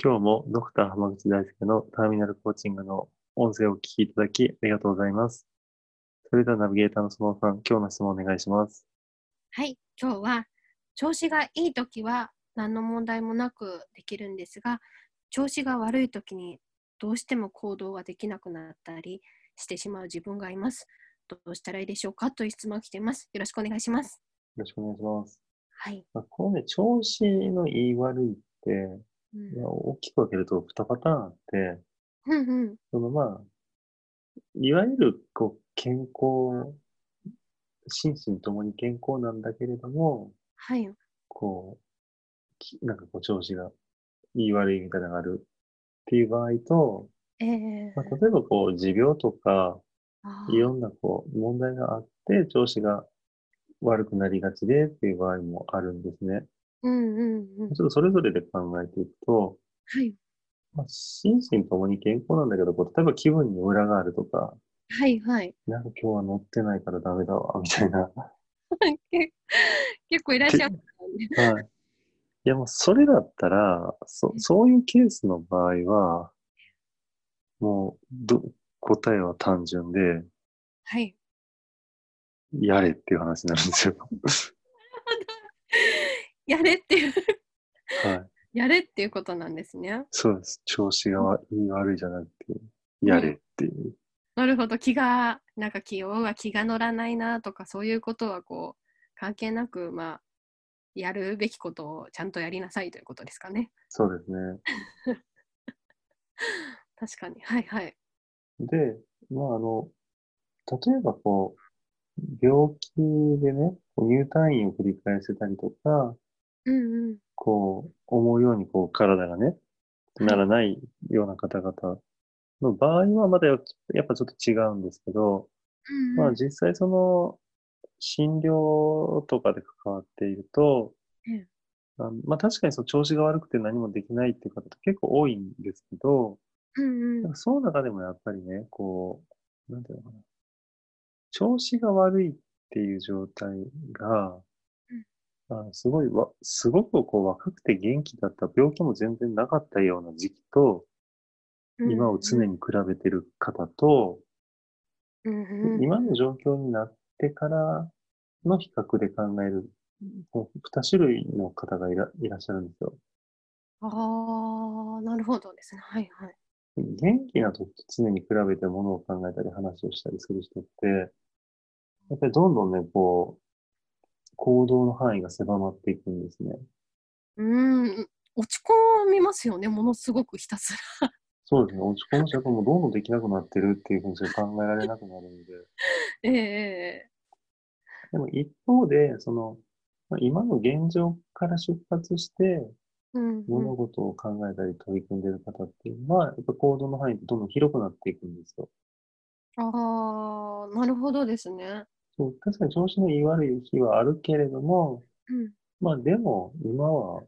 今日もドクター浜口大輔のターミナルコーチングの音声をお聞きいただきありがとうございます。それではナビゲーターのそのさん、今日の質問お願いします。はい、今日は調子がいい時は何の問題もなくできるんですが調子が悪い時にどうしても行動ができなくなったりしてしまう自分がいますどうしたらいいでしょうかという質問が来ていますよろしくお願いしますよろしくお願いします。はい、まあ、このね、調子の言い悪いって、うんまあ、大きく分けると2パターンあって、うんうんそのまあ、いわゆるこう健康、心身ともに健康なんだけれども、はいこう、きなんかこう調子が言い悪いみたいなのがあるっていう場合と、えーまあ、例えばこう、持病とか、あーいろんなこう、問題があって、調子が悪くなりがちでっていう場合もあるんですね。うんうんうんちょっとそれぞれで考えていくと、はいまあ、心身ともに健康なんだけど、こう例えば気分にムラがあるとか、はいはいなんか今日は乗ってないからダメだわ、みたいな。はけ結構いらっしゃ いますねい。いや、もうそれだったら、そ、そういうケースの場合は、もう、ど、答えは単純で、はいやれっていう話になるん ですよ。やれっていうはい。やれっていうことなんですねそうです。調子がわいい悪いじゃなくて、やれっていう。なるほど気がなんか気をが気が乗らないなとかそういうことはこう関係なくまあやるべきことをちゃんとやりなさいということですかね。そうですね。確かにはいはい。で、まあ、あの、例えばこう、病気でね、こう入退院を繰り返してたりとか、うんうんこう、思うようにこう、体がね、ならないような方々の場合は、まだよやっぱちょっと違うんですけど、うんうんまあ、実際その、診療とかで関わっているとええ、あのまあ、確かにその調子が悪くて何もできないっていう方って結構多いんですけど、うんうんその中でもやっぱりね、こう、なんていうのかな。調子が悪いっていう状態が、あのすごいわ、すごくこう若くて元気だった、病気も全然なかったような時期と、うん今を常に比べてる方と、うんうん今の状況になってからの比較で考える、こう二種類の方がいらいらっしゃるんですよ。ああなるほどですねはいはい。元気な時と常に比べてものを考えたり話をしたりする人って、やっぱりどんどんね、こう、行動の範囲が狭まっていくんですね。うん落ち込みますよねものすごくひたすら。 そうですね。落ち込むし、やっぱもうどんどんできなくなってるっていうふうにしか考えられなくなるんで。ええでも一方で、その、まあ今の現状から出発して、うんうん物事を考えたり取り組んでる方っていうのは、やっぱ行動の範囲ってどんどん広くなっていくんですよ。ああなるほどですね。そう、確かに調子のいい悪い日はあるけれども、うんまあでも、今は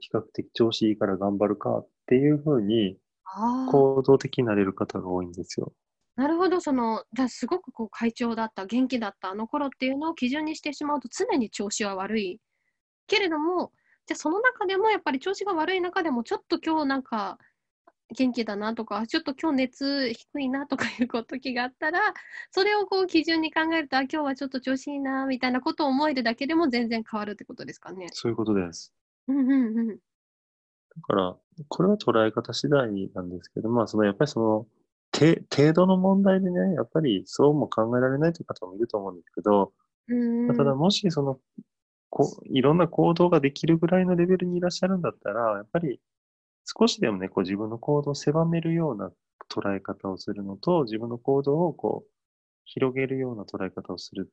比較的調子いいから頑張るかっていうふうにああ。行動的になれる方が多いんですよ。なるほど、その、じゃあすごくこう、快調だった、元気だった、あの頃っていうのを基準にしてしまうと、常に調子は悪い。けれども、じゃあその中でも、やっぱり調子が悪い中でも、ちょっと今日なんか、元気だなとか、あちょっと今日熱低いなとかいうこう時があったら、それをこう、基準に考えると、あ、今日はちょっと調子いいな、みたいなことを思えるだけでも全然変わるってことですかね。そういうことです。うんうんうん。だから、これは捉え方次第なんですけど、まあそのやっぱりその、て程度の問題でね、やっぱりそうも考えられないという方もいると思うんですけど、うんうまあんただもしその、こいろんな行動ができるぐらいのレベルにいらっしゃるんだったら、やっぱり少しでもね、こう自分の行動を狭めるような捉え方をするのと、自分の行動をこう広げるような捉え方をする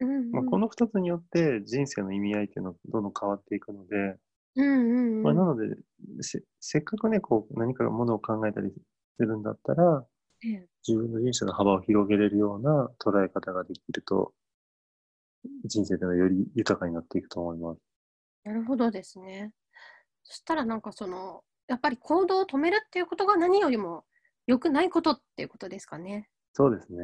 うんうんまあ、この2つによって人生の意味合いっていうのがどんどん変わっていくので、うんうんまうんあ、なのでせ、せっかくね、こう何かものを考えたりするんだったら、ええ自分の人生の幅を広げれるような捉え方ができると、人生ではより豊かになっていくと思います。なるほどですね。そしたらなんかそのやっぱり行動を止めるっていうことが何よりも良くないことっていうことですかね。そうですね。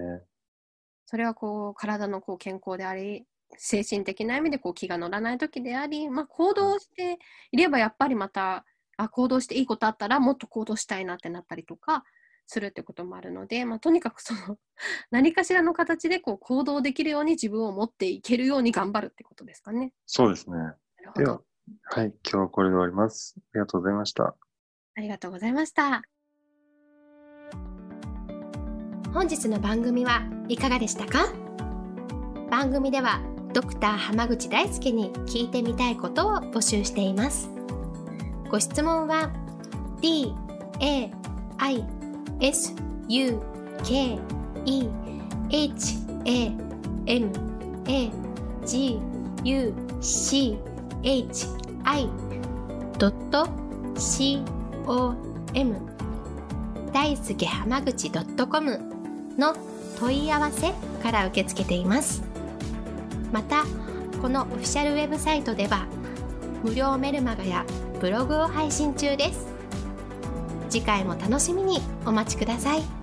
それはこう体のこう健康であり精神的な意味でこう気が乗らない時であり、まあ、行動していればやっぱりまたあ行動していいことあったらもっと行動したいなってなったりとかするってこともあるので、まあ、とにかくその 何かしらの形でこう行動できるように自分を持っていけるように頑張るってことですかね。そうですね。なるほではど、はい、今日はこれで終わります。ありがとうございました。ありがとうございました。本日の番組はいかがでしたか番組ではドクター濱口大輔に聞いてみたいことを募集していますご質問は d a i s u k e h a m a g u c h i c o m 大輔濱口 .com の問い合わせから受け付けていますまたこのオフィシャルウェブサイトでは無料メルマガやブログを配信中です次回も楽しみにお待ちください